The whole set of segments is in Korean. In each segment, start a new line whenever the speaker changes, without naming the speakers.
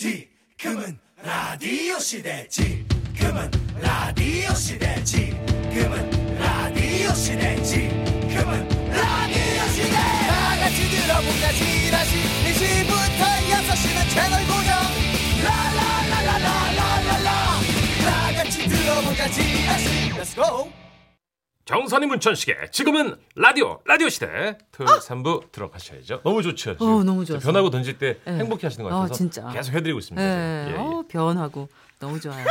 지금은 라디오 시대 지금은 라디오 시대 지금은 라디오 시대 지금은 라디오 시대 다 같이 들어보자 지라시 1시부터 6시는 채널 고정 라라라라라라라라 다 같이 들어보자 지라시 Let's go
정선이 문천식의 지금은 라디오 라디오 시대 토요일 3부 들어가셔야죠. 너무 좋죠. 지금.
아! 어, 너무 좋았어요.
변하고 던질 때
네.
행복해 하시는 것
어,
같아서
진짜.
계속 해드리고 있습니다.
예,
지금. 예,
어, 변하고 너무 좋아요.
예.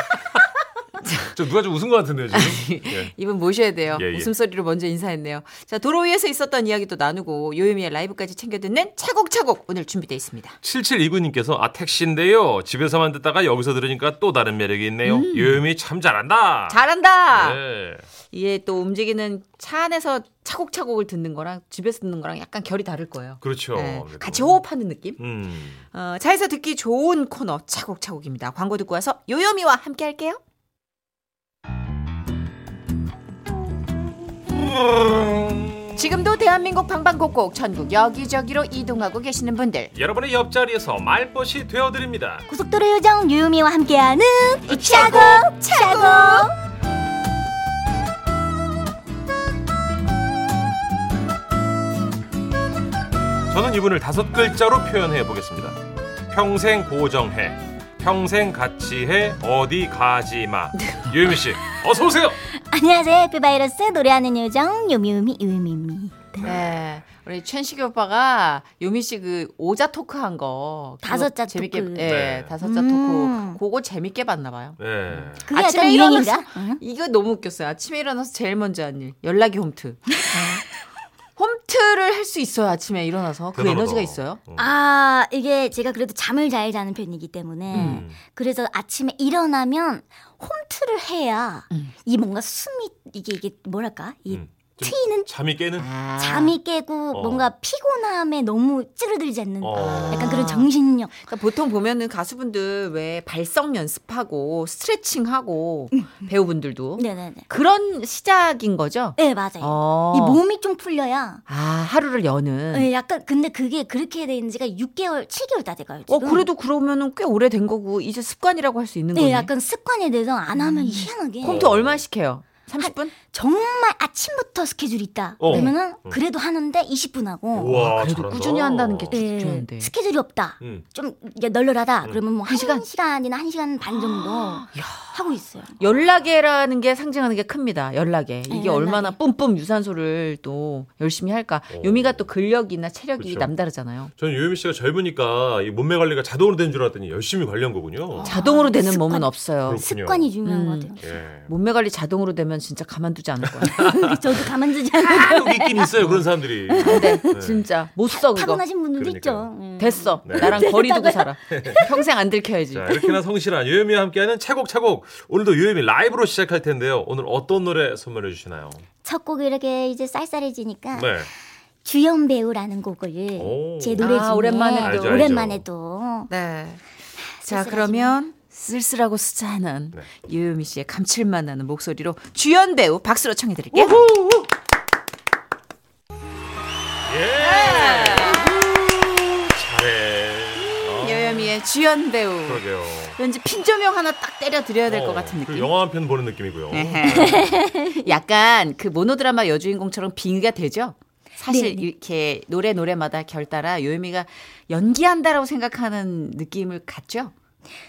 저 누가 좀 웃은 것 같은데요 지금. 예.
이분 모셔야 돼요.
예, 예.
웃음소리로 먼저 인사했네요. 자, 도로 위에서 있었던 이야기도 나누고 요요미의 라이브까지 챙겨 듣는 차곡차곡 오늘 준비되어 있습니다.
7729님께서 아 택시인데요. 집에서만 듣다가 여기서 들으니까 또 다른 매력이 있네요. 요요미 참 잘한다.
음. 잘한다.
예.
이게 또 움직이는 차 안에서 차곡차곡을 듣는 거랑 집에서 듣는 거랑 약간 결이 다를 거예요.
그렇죠.
네,
아무래도.
같이 호흡하는 느낌.
음.
어, 차에서 듣기 좋은 코너 차곡차곡입니다. 광고 듣고 와서 요요미와 함께 할게요. 지금도 대한민국 방방곡곡 전국 여기저기로 이동하고 계시는 분들
여러분의 옆자리에서 말벗이 되어드립니다.
고속도로 요정 유유미와 함께하는 차고 차고
저는 이분을 다섯 글자로 표현해 보겠습니다. 평생 고정해, 평생 같이 해, 어디 가지 마.
네.
유미 씨, 어서 오세요.
안녕하세요 해피바이러스 노래하는 요정 유미유미 유미미
네. 우리 천식이 오빠가 요미 씨 그 오자 토크 한 거
다섯 자
재밌게
토크.
예,
네.
다섯 자
음.
토크 그거 재밌게 봤나 봐요.
네.
그게
아침에
약간 유행인가?
일어나서- 이거 너무 웃겼어요. 아침에 일어나서 제일 먼저 한 일. 연락이 홈트. 홈트를 할 수 있어요. 아침에 일어나서. 그
대단하다.
에너지가 있어요.
어.
아 이게 제가 그래도 잠을 잘 자는 편이기
음.
때문에
음,
그래서 아침에 일어나면 홈트를 해야 이 뭔가 숨이 이게 이게 뭐랄까 이
음. 좀
트이는
잠이 깨는.
아.
잠이 깨고
어.
뭔가 피곤함에 너무 찌르들지 않는
어.
약간 그런 정신력
그러니까 보통 보면은 가수분들 왜 발성 연습하고 스트레칭하고 배우분들도
네네네
그런 시작인 거죠.
네 맞아요
어.
이 몸이 좀 풀려야
아 하루를 여는.
네, 약간 근데 그게 그렇게 된 지가 6개월, 7개월 다 돼가요.
어
지금.
그래도 그러면은 꽤 오래된 거고 이제 습관이라고 할 수 있는 거네.
네, 약간 습관이 돼서 안 하면
음.
희한하게
어.
홈트 얼마씩 해요? 30분?
정말 아침부터 스케줄이 있다.
어.
그러면은 그래도 하는데 20분 하고
우와,
어, 아, 그래도
잘한다.
꾸준히 한다는 게
네,
좋은데.
스케줄이 없다.
음.
좀 이게 널널하다.
음.
그러면 뭐
한
한
시간?
시간? 이나한 시간 반 정도 하고 있어요.
연락에라는 게 상징하는 게 큽니다. 연락에. 이게
네, 연락에.
얼마나 뿜뿜 유산소를 또 열심히 할까.
오.
요미가 또 근력이나 체력이
어. 그쵸.
남다르잖아요.
저는 유미 씨가 젊으니까 이 몸매 관리가 자동으로 된 줄 알았더니 열심히 관리한 거군요.
자동으로 되는
아, 습관.
몸은 없어요.
그렇군요.
습관이 중요한
음.
것 같아요.
예.
몸매 관리 자동으로 되면 진짜 가만두지 않을 거야.
저도 가만두지 않고
꼭 있긴 있어요 그런 사람들이.
근데 진짜 못 써 그거.
타고나신 분들도
아, 그러니까요.
있죠. 음.
됐어.
네.
나랑 거리 두고 살아. 평생 안 들켜야지.
자 이렇게나 성실한 유미와 함께하는 차곡차곡 오늘도 유미 라이브로 시작할 텐데요. 오늘 어떤 노래 선물해 주시나요?
첫 곡이 이렇게 이제 쌀쌀해지니까
네.
주연 배우라는 곡을
오.
제 노래
아,
중에
오랜만에 또.
알죠, 알죠.
오랜만에 또
네. 자,
쓸쓸하지만-
그러면 쓸쓸하고 수찬한
네.
유유미 씨의 감칠맛 나는 목소리로 주연 배우 박수로 청해 드릴게요.
예. 잘해.
유유미의 주연 배우.
아, 그러게요.
왠지 핀조명 하나 딱 때려 드려야 될 것
어,
같은
그
느낌. 네.
영화 한 편 보는 느낌이고요.
에헤. 약간 그 모노드라마 여주인공처럼 빙의가 되죠? 사실
네, 네.
이렇게 노래 노래마다 결따라 요유미가 연기한다라고 생각하는 느낌을 갖죠?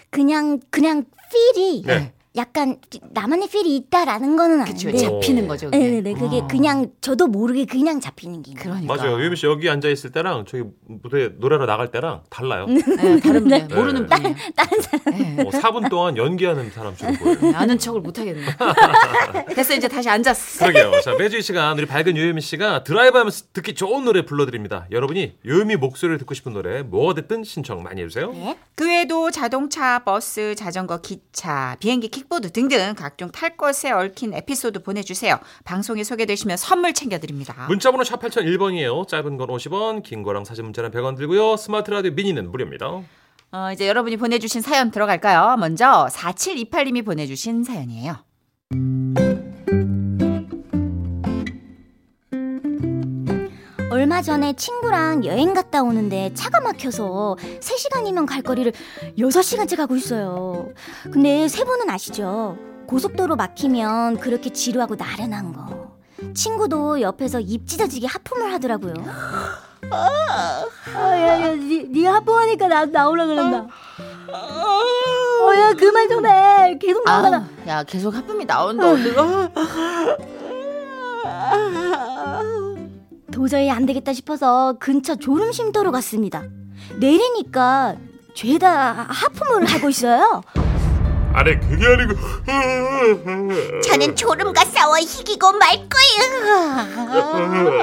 그냥 그냥 필이
네.
약간 나만의 필이 있다라는 거는
그쵸.
아닌데
잡히는 거죠. 그게.
네. 네네네 그게 그냥 저도 모르게 그냥 잡히는 게 있는 거예요.
그러니까.
맞아요. 유미 씨 여기 앉아 있을 때랑 저기 무대 노래로 나갈 때랑 달라요.
네, 다른 분
네.
모르는 분이에요.
다른 사람
네.
뭐 4분 동안 연기하는 사람처럼 보여요.
아는 척을 못 하겠네. 됐어 이제 다시 앉았어.
그러게요. 자, 매주 이 시간 우리 밝은 유미 씨가 드라이브 하면서 듣기 좋은 노래 불러드립니다. 여러분이 유미 목소리를 듣고 싶은 노래 뭐가 됐든 신청 많이 해주세요.
그 외에도 자동차, 버스, 자전거, 기차, 비행기, 킥보드 등등 각종 탈 것에 얽힌 에피소드 보내주세요. 방송에 소개되시면 선물 챙겨드립니다.
문자번호 샵 8001번이에요. 짧은 건 50원, 긴 거랑 사진 문자는 100원 들고요. 스마트 라디오 미니는 무료입니다.
어, 이제 여러분이 보내주신 사연 들어갈까요? 먼저 4728님이 보내주신 사연이에요.
얼마 얼마 전에 친구랑 여행 갔다 오는데 차가 막혀서 3시간이면 갈 거리를 6시간째 가고 있어요. 근데 세 분은 아시죠? 고속도로 막히면 그렇게 지루하고 나른한 거. 친구도 옆에서 입 찢어지게 하품을 하더라고요.
아, 야, 야, 니, 니 하부하니까 나, 나오라 그런다. 어, 야, 그만 좀 해. 계속 나오잖아.
아, 야 계속 하품이 나온다. 어디가?
도저히 안 되겠다 싶어서 근처 졸음쉼터로 갔습니다. 내리니까 죄다 하품을 하고 있어요.
아니 그게 아니고
저는 졸음과 싸워 이기고 말 거예요.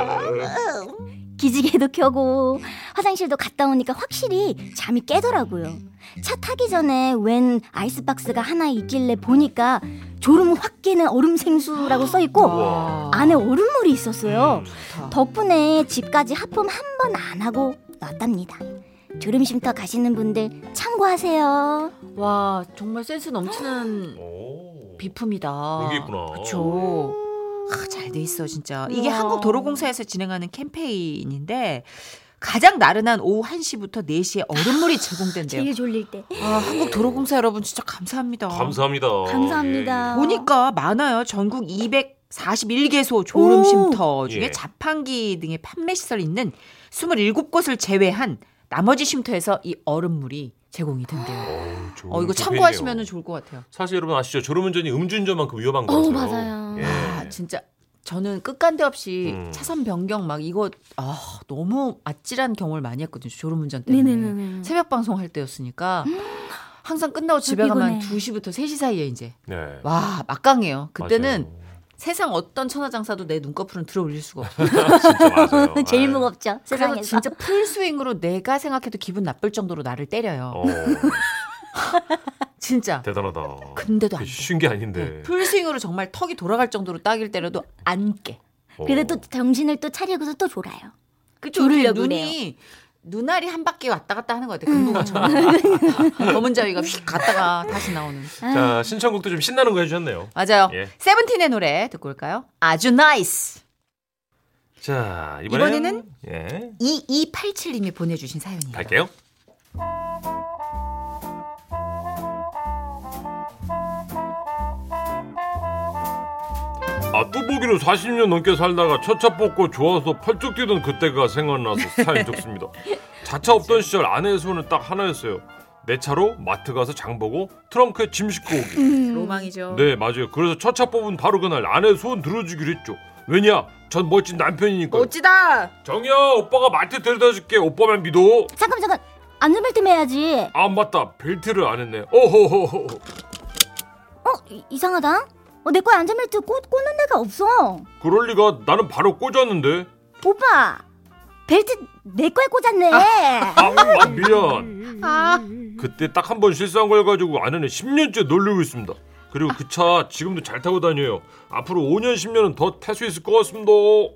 기지개도 켜고 화장실도 갔다 오니까 확실히 잠이 깨더라고요. 차 타기 전에 웬 아이스박스가 하나 있길래 보니까 졸음 확 깨는 얼음 생수라고 써 있고
우와.
안에 얼음물이 있었어요. 덕분에 집까지 하품 한 번 안 하고 왔답니다. 졸음쉼터 가시는 분들 참고하세요.
와 정말 센스 넘치는
오.
비품이다.
그런 게 있구나.
그렇죠.
아,
잘 돼 있어 진짜. 이게
우와.
한국도로공사에서 진행하는 캠페인인데 가장 나른한 오후 1시부터 4시에 얼음물이
네.
제공된대요.
제일 졸릴 때.
아, 한국도로공사 여러분 진짜 감사합니다.
감사합니다.
감사합니다.
보니까 많아요. 전국 241개소 졸음쉼터 중에
예.
자판기 등의 판매 시설 있는 27곳을 제외한 나머지 쉼터에서 이 얼음물이 제공이 된대요.
예, 예. 어우, 좋은
어 이거
캠페인이네요.
참고하시면 좋을 것 같아요.
사실 여러분 아시죠? 졸음운전이 음주운전만큼 위험한 거죠.
어우, 맞아요.
예.
아 진짜 저는 끝간데 없이
음.
차선 변경 막 이거 아 너무 아찔한 경험을 많이 했거든요. 졸음운전 때문에
네네네.
새벽 방송 할 때였으니까 항상 끝나고 집에
아, 피곤해.
가면 2시부터 3시 사이에 이제
네.
와 막강해요. 그때는
맞아요.
세상 어떤 천하장사도 내 눈꺼풀은 들어올릴 수가 없어.
진짜 맞아요.
네, 제일
아이.
무겁죠
그래서
세상에서.
진짜 풀 스윙으로 내가 생각해도 기분 나쁠 정도로 나를 때려요.
어, 네.
진짜.
대단하다.
근데도 안 돼.
쉬운 게 아닌데.
풀 스윙으로 정말 턱이 돌아갈 정도로 따길 때려도 안 깨.
어.
네. 그래도 또 정신을 또 차리고서 또 졸아요.
그쵸? 이렇게
졸으려고
눈이 눈알이 한 바퀴 왔다 갔다 하는 것 같아. 금붕어처럼. 검은 자위가 휙 갔다가 다시 나오는.
자 신청곡도 좀 신나는 거 해주셨네요.
맞아요.
예.
세븐틴의 노래 듣고 올까요? 아주 나이스.
자
이번에는?
이번에는 예
2287님이 보내주신 사연이에요.
갈게요. 아 뚜벅이로 40년 넘게 살다가 첫차 뽑고 좋아서 펄쩍 뛰던 그때가 생각나서 사연 적습니다. 자차 없던 시절 아내의 소원은 딱 하나였어요. 내 차로 마트 가서 장 보고 트렁크에 짐 싣고 오기.
음.
로망이죠.
네 맞아요. 그래서 첫 차 뽑은 바로 그날 아내 소원 들어주기로 했죠. 왜냐? 전 멋진 남편이니까. 요
멋지다.
정이야 오빠가 마트 데려다줄게. 오빠만 믿어.
잠깐 잠깐 안전벨트 매야지.
아 맞다 벨트를 안 했네. 오호호호.
어 이- 이상하다. 어, 내 거에 안전벨트 꽂, 꽂는 데가 없어.
그럴 리가 나는 바로 꽂았는데.
오빠 벨트 내 거에 꽂았네.
아, 아 미안. 그때 딱 한 번 실수한 걸 가지고 아내는 10년째 놀리고 있습니다. 그리고 그 차 지금도 잘 타고 다녀요. 앞으로 5년 10년은 더 탈 수 있을 것 같습니다.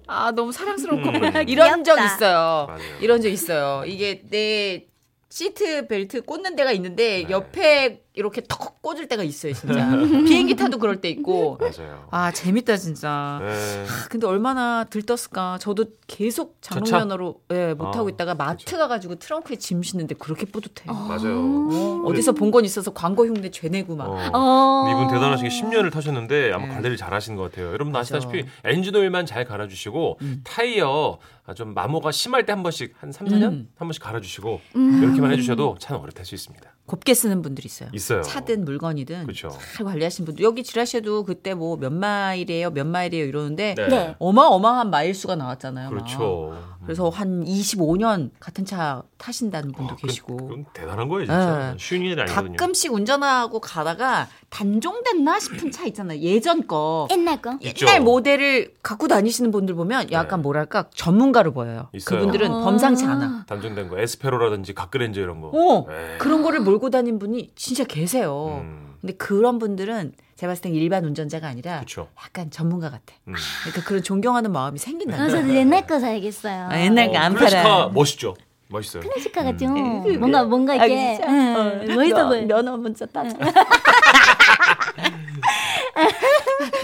아 너무 사랑스럽고
음.
이런 적
귀엽다.
있어요.
맞아요.
이런 적 있어요. 이게 내 시트 벨트 꽂는 데가 있는데
네. 음.
옆에 이렇게 턱 꽂을 때가 있어요, 진짜. 비행기 타도 그럴 때 있고.
맞아요.
아 재밌다 진짜.
네.
근데 얼마나 들떴을까. 저도 계속
차?
장롱면허로 예, 못
아,
하고 있다가 마트 가가지고 트렁크에 짐 싣는데 그렇게 뿌듯해. 요
맞아요.
어디서 본 건 있어서 광고 흉내 죄내고 막.
어.
어.
근데 이분 대단하신 게 10년을 타셨는데 아마
네.
관리를 잘 하신 것 같아요. 여러분
맞아. 음.
아시다시피 엔진오일만 잘 갈아주시고 타이어 아, 좀 마모가 심할 때 한 번씩 한 3, 4년
음.
한 번씩 갈아주시고 이렇게만 해주셔도 차는 오래 탈 수 있습니다.
곱게 쓰는 분들 있어요.
있어요.
차든 물건이든
그렇죠.
잘 관리하신 분들 여기 지라시에도 그때 뭐 몇 마일이에요, 몇 마일이에요 이러는데
네.
어마어마한 마일 수가 나왔잖아요. 막.
그렇죠.
음. 그래서 한 25년 같은 차 타신다는 분도
아, 그-
계시고
그건 대단한 거예요, 진짜.
네.
쉬운 일이 아니거든요.
가끔씩 운전하고 가다가 단종됐나 싶은 차 있잖아요. 예전 거.
옛날 거.
있죠.
옛날 모델을 갖고 다니시는 분들 보면 약간
네.
뭐랄까 전문가로 보여요.
있어요.
그분들은
아.
범상치 않아.
단종된 거 에스페로라든지 가그렌저 이런 거.
어,
네.
그런 거를 몰고 다닌 분이 진짜 계세요.
음,
근데 그런 분들은 제가 봤을 땐 일반 운전자가 아니라
그렇죠.
약간 전문가 같아.
음.
그러니까 그런 존경하는 마음이 생긴다.
아, 저도 옛날 거 사야겠어요.
아, 옛날 거 안
클래식카
팔아요.
멋있죠. 멋있어요.
클래식카 같죠.
음.
뭔가 뭔가
아,
이게 응, 뭐. 멋있어 보여.
면허 문자 따져.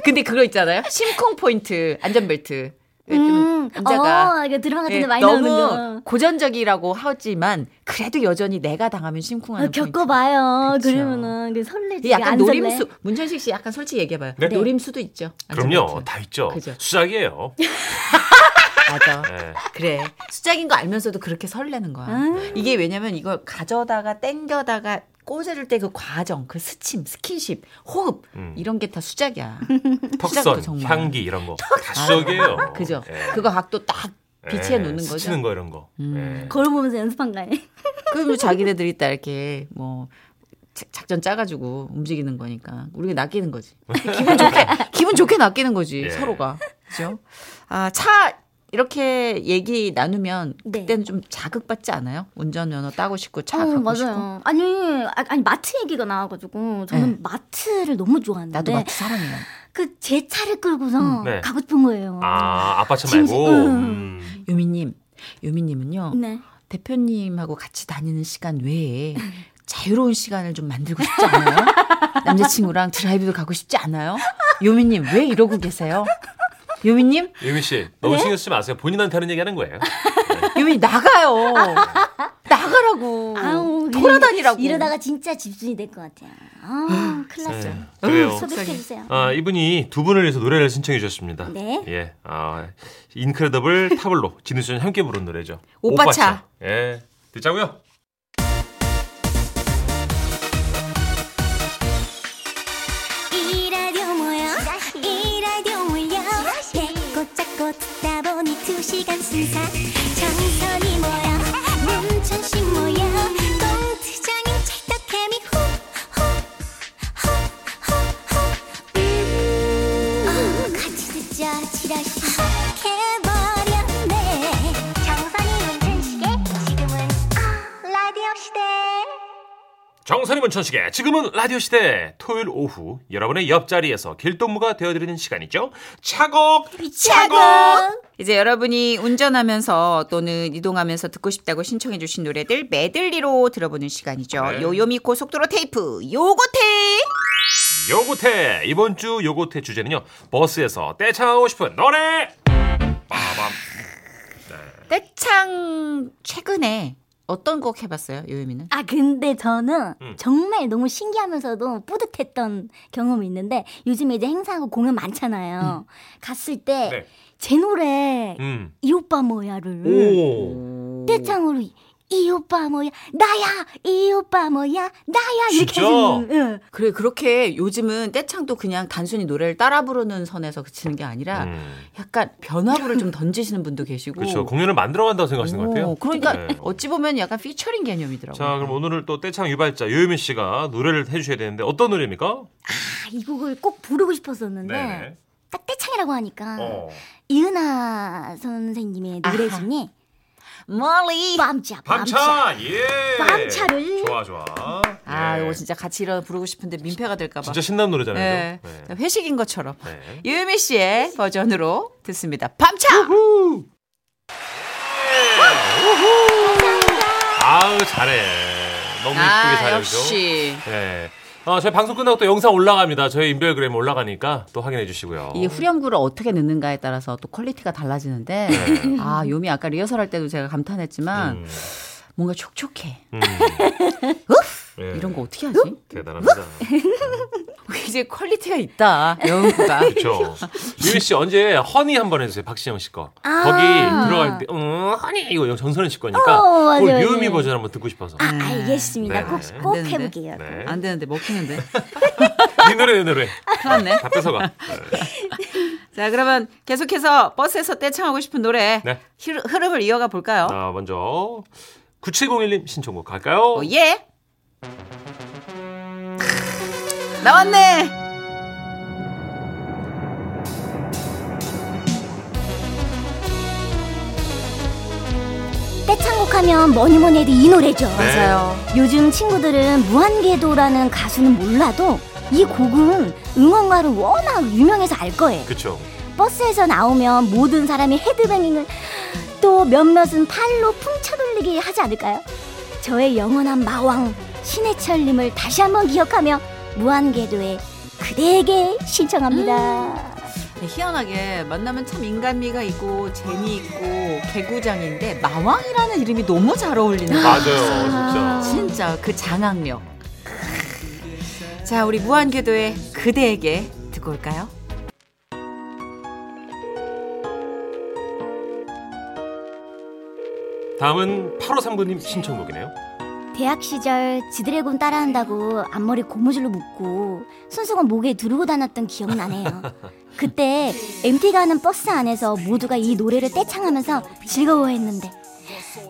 근데 그거 있잖아요. 심쿵 포인트 안전벨트. 요즘 문제가
어, 이거 드라마 같은 데 뭐.
예,
많이
너무
나오는 거.
고전적이라고 하지만 그래도 여전히 내가 당하면 심쿵하는
어,
포인트. 그러니까.
겪어봐요.
그쵸.
그러면은그 설레지.
이게 약간
안
노림수
설레.
문천식 씨 약간 솔직히 얘기해봐요.
네?
노림수도 있죠.
그럼요,
안전벨트.
다 있죠.
그죠.
수작이에요.
맞아.
네.
그래 수작인 거 알면서도 그렇게 설레는 거야. 이게 왜냐면 이걸 가져다가 땡겨다가 꽂아줄 때 그 과정, 그 스침, 스킨십, 호흡
음.
이런 게 다 수작이야. 수작도
턱선,
정말. 아,
향기 이런 거. 다 아, 수작이에요.
그죠?
예.
그거 각도 딱 비치해
예,
놓는 거죠. 음.
스치는 거 이런 거. 예.
거울 보면서 연습한 거 아니에요?
그럼 자기네들이 다 이렇게 뭐 자- 작전 짜가지고 움직이는 거니까 우리가 낚이는 거지. 기분 좋게 기분 좋게 낚이는 거지
예.
서로가. 그죠? 아 차 이렇게 얘기 나누면
네.
그때는 좀 자극받지 않아요? 운전면허 따고 싶고 차
어,
갖고 싶고.
맞아요. 아니, 아, 아니 마트 얘기가 나와가지고 저는
네.
마트를 너무
나도
좋아하는데
마트 음, 사랑해요.
그 제 차를 끌고서
네.
가고 싶은 거예요.
아, 아빠 차
진짜,
말고.
음.
음.
유미님, 유미님은요
네.
대표님하고 같이 다니는 시간 외에 자유로운 시간을 좀 만들고 싶지 않아요? 남자친구랑 드라이브도 가고 싶지 않아요? 유미님 왜 이러고 계세요? 유미님,
유미 씨,
네?
너무 신경 쓰지 마세요. 본인한테 하는 얘기 하는 거예요.
유미 나가요. 나가라고.
아우,
돌아다니라고.
이러, 이러다가 진짜 집순이 될 것 같아요. 아, 큰일 났어.
음,
네, 그래요.
소백해주세요.
아, 이분이 두 분을 위해서 노래를 신청해 주셨습니다.
네.
예. 아, 인크레더블 타블로 진우 씨는 함께 부른 노래죠.
오빠 차.
예. 듣자고요.
이 라디오 뭐야? 이 라디오 뭐야? 배꼽 잡고 듣다 보니 두 시간 순삭 정선이 뭐야? 문천식 뭐야? 공투장인 찰떡개미 후후후후 아, 같이 듣자 지라시 해버렸네 정선이 문천식의 지금은 아, 라디오 시대
정선이 문천식의 지금은 라디오 시대 토요일 오후 여러분의 옆자리에서 길동무가 되어드리는 시간이죠. 차곡 차곡.
이제 여러분이 운전하면서 또는 이동하면서 듣고 싶다고 신청해 주신 노래들 메들리로 들어보는 시간이죠.
네.
요요미 고속도로 테이프 요고테
요고테 이번 주 요고테 주제는요. 버스에서 떼창하고 싶은 노래. 빠밤.
떼창 최근에
어떤 곡 해봤어요, 요요미는?
아 근데 저는
음.
정말 너무 신기하면서도 뿌듯했던 경험이 있는데 요즘에 이제 행사하고 공연 많잖아요. 갔을 때 제
음. 네.
노래
음.
이 오빠 뭐야를
오.
떼창으로 이- 이 오빠 뭐야 나야 이 오빠 뭐야 나야 이렇게
진짜?
해주는 응.
그래 그렇게 요즘은 떼창도 그냥 단순히 노래를 따라 부르는 선에서 그치는 게 아니라
음.
약간 변화구를 좀 던지시는 분도 계시고.
그렇죠. 공연을 만들어 간다고 생각하시는 것 같아요.
오, 그러니까
네.
어찌 보면 약간 피처링 개념이더라고요.
자, 그럼 오늘은 또 떼창 유발자 요유미 씨가 노래를 해주셔야 되는데 어떤 노래입니까?
아, 이 곡을 꼭 부르고 싶었었는데
네네.
딱 떼창이라고 하니까
어.
이은하 선생님의 노래
아하.
중에
멀리.
밤차 밤차
밤차 예.
밤차를
좋아 좋아.
아,
예.
이거 진짜 같이 일어 부르고 싶은데 민폐가 될까 봐.
진짜 신나는 노래잖아요.
예.
이거. 네.
회식인 것처럼.
네.
유미 씨의 버전으로 듣습니다. 밤차.
아우 잘해. 너무 이쁘게
아,
잘해 그죠?
역시.
예. 어, 저희 방송 끝나고 또 영상 올라갑니다. 저희 인별그램 올라가니까 또 확인해 주시고요.
이 후렴구를 어떻게 넣는가에 따라서 또 퀄리티가 달라지는데 아, 요미 아까 리허설 할 때도 제가 감탄했지만
네. 음,
뭔가 촉촉해.
음. 예.
이런 거 어떻게 하지?
대단합니다.
이제 퀄리티가 있다. 여우가.
그렇죠. 유미 씨 언제 허니 한번 해주세요. 박신영 씨 거.
아.
거기 들어갈 때, 음, 허니 이거 정선은 씨 거니까.
어, 맞아요,
그
맞아요.
유미 버전 한번 듣고 싶어서.
아, 알겠습니다.
음.
네.
꼭
안
꼭
되는데.
해볼게요.
네.
안 되는데 먹히는데.
이 노래 이 노래.
큰일 났네.
다 뺏어가.
자 그러면 계속해서 버스에서 떼창하고 싶은 노래
네. 아.
흐르- 흐름을 이어가 볼까요?
자 먼저 9701님 신청곡 갈까요?
어, 예. 나왔네.
떼창곡 하면 뭐니 뭐니 해도 이 노래죠.
네. 맞아요.
요즘 친구들은 무한궤도라는 가수는 몰라도 이 곡은 응원가로 워낙 유명해서 알 거예요.
그쵸.
버스에서 나오면 모든 사람이 헤드뱅잉을 또 몇몇은 팔로 풍차돌리기 하지 않을까요? 저의 영원한 마왕 신해철님을 다시 한번 기억하며 무한궤도에 그대에게 신청합니다.
이렇게 네, 희한하게 만나면 참 인간미가 있고 재미있고 개구장인데 마왕이라는 이름이 너무 잘 어울리는 거예요.
맞아요, 진짜.
진짜 그 장악력. 자, 우리 무한궤도의 그대에게 듣고 올까요?
다음은 8호 3부님 신청곡이네요.
대학 시절 지드래곤 따라한다고 앞머리 고무줄로 묶고 손수건 목에 두르고 다녔던 기억이 나네요. 그때 MT가 하는 버스 안에서 모두가 이 노래를 떼창하면서 즐거워했는데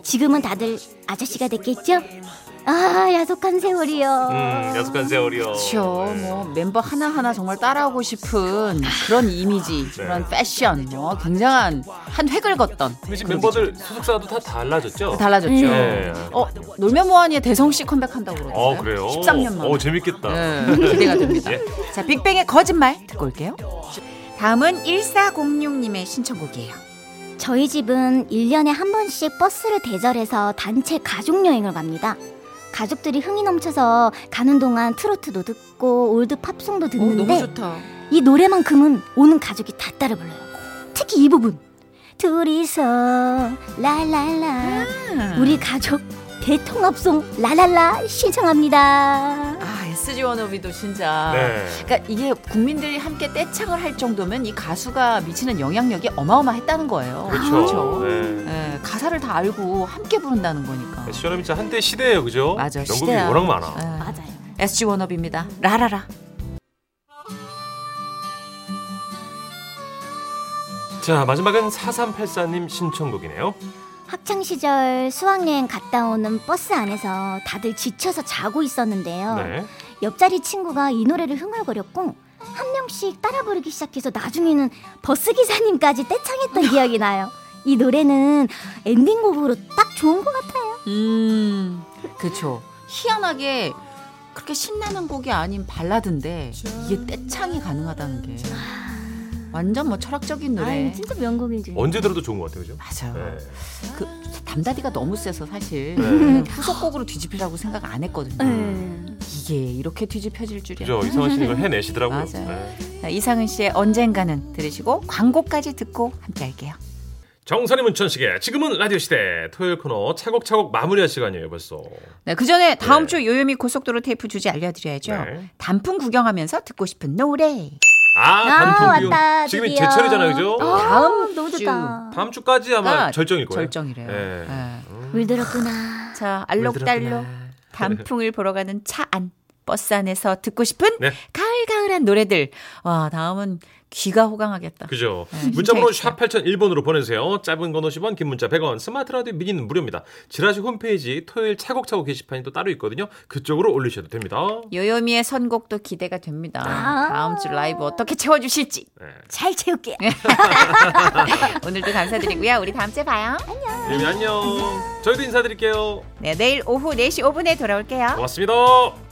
지금은 다들 아저씨가 됐겠죠? 아 야속한 세월이요.
음, 야속한 세월이요. 어,
그렇죠.
네.
뭐 멤버 하나 하나 정말 따라하고 싶은 그런
아,
이미지,
네.
그런 패션, 뭐 굉장한 한 획을 걷던
근데 지금 멤버들 소속사도 다 달라졌죠?
달라졌죠.
네.
어 놀면 뭐하니에 대성 씨 컴백한다고 그러던데.
어, 그래요?
네. 13년 만에.
어, 예. 재밌겠다.
네, 기대가 됩니다. 자, 빅뱅의 거짓말 듣고 올게요.
다음은 1406님의 신청곡이에요.
저희 집은 1년에 한 번씩 버스를 대절해서 단체 가족 여행을 갑니다. 가족들이 흥이 넘쳐서 가는 동안 트로트도 듣고 올드
오,
팝송도
어, 너무
듣는데
좋다.
이 노래만큼은 오는 가족이 다 따라 불러요. 특히 이 부분. 둘이서 랄랄라 우리 가족 대통합송 랄랄라 신청합니다.
아, SG 워너비도 진짜.
네.
그러니까 이게 국민들이 함께 떼창을 할 정도면 이 가수가 미치는 영향력이 어마어마했다는 거예요.
그렇죠. 네.
예, 가사를 다 알고 함께 부른다는 거니까.
시원함이 진짜 한때 시대예요, 그죠?
맞아,
연극이
시대야.
워낙 많아.
예.
맞아요.
SG 워너비입니다. 라라라.
자, 마지막은 4384님 신청곡이네요.
학창 시절 수학여행 갔다 오는 버스 안에서 다들 지쳐서 자고
아.
있었는데요.
네.
옆자리 친구가 이 노래를 흥얼거렸고 한 명씩 따라 부르기 시작해서 나중에는 버스 기사님까지 떼창했던 기억이 나요. 이 노래는 엔딩곡으로 딱 좋은 것 같아요.
음, 그쵸. 희한하게 그렇게 신나는 곡이 아닌 발라드인데 이게 떼창이 가능하다는 게 완전 뭐 철학적인 노래.
진짜 명곡이지.
언제 들어도 좋은 것 같아요, 그죠?
맞아.
네.
그 담다디가 너무 세서 사실
네.
후속곡으로 뒤집히라고 생각 안 했거든요.
네.
이게 이렇게 뒤집혀질 줄이야.
그죠? 이상한 씨는 이걸 해내시더라고요.
맞아요.
네.
자, 이상은 씨의 언젠가는 들으시고 광고까지 듣고 함께할게요.
정선이 문천식의 지금은 라디오 시대 토요일 코너 차곡차곡 마무리할 시간이에요, 벌써.
네, 그 전에 다음
네.
주 요요미 고속도로 테이프 주제 알려드려야죠.
네.
단풍 구경하면서 듣고 싶은 노래.
아, 단풍
아,
비용.
왔다,
지금이
드디어.
제철이잖아요, 그죠?
다음
너무
주.
좋다.
다음 주까지 아마
아,
절정일 거예요.
절정이래요.
네.
예.
물들었구나.
자, 알록달록 단풍을 보러 가는 차 안, 버스 안에서 듣고 싶은
네.
가을가을한 노래들. 와, 다음은 귀가 호강하겠다.
그죠.
네,
문자번호
진짜
샵 8001번으로 보내세요. 짧은 건 50원, 긴 문자 100원, 스마트 라디오 미니는 무료입니다. 지라시 홈페이지 토요일 차곡차곡 게시판이 또 따로 있거든요. 그쪽으로 올리셔도 됩니다.
요요미의 선곡도 기대가 됩니다.
아.
다음 주 라이브 어떻게 채워주실지.
잘 채울게.
오늘도 감사드리고요. 우리 다음 주에 봐요.
네, 안녕. 저희도 인사드릴게요.
네, 내일 오후 4시 5분에 돌아올게요.
고맙습니다.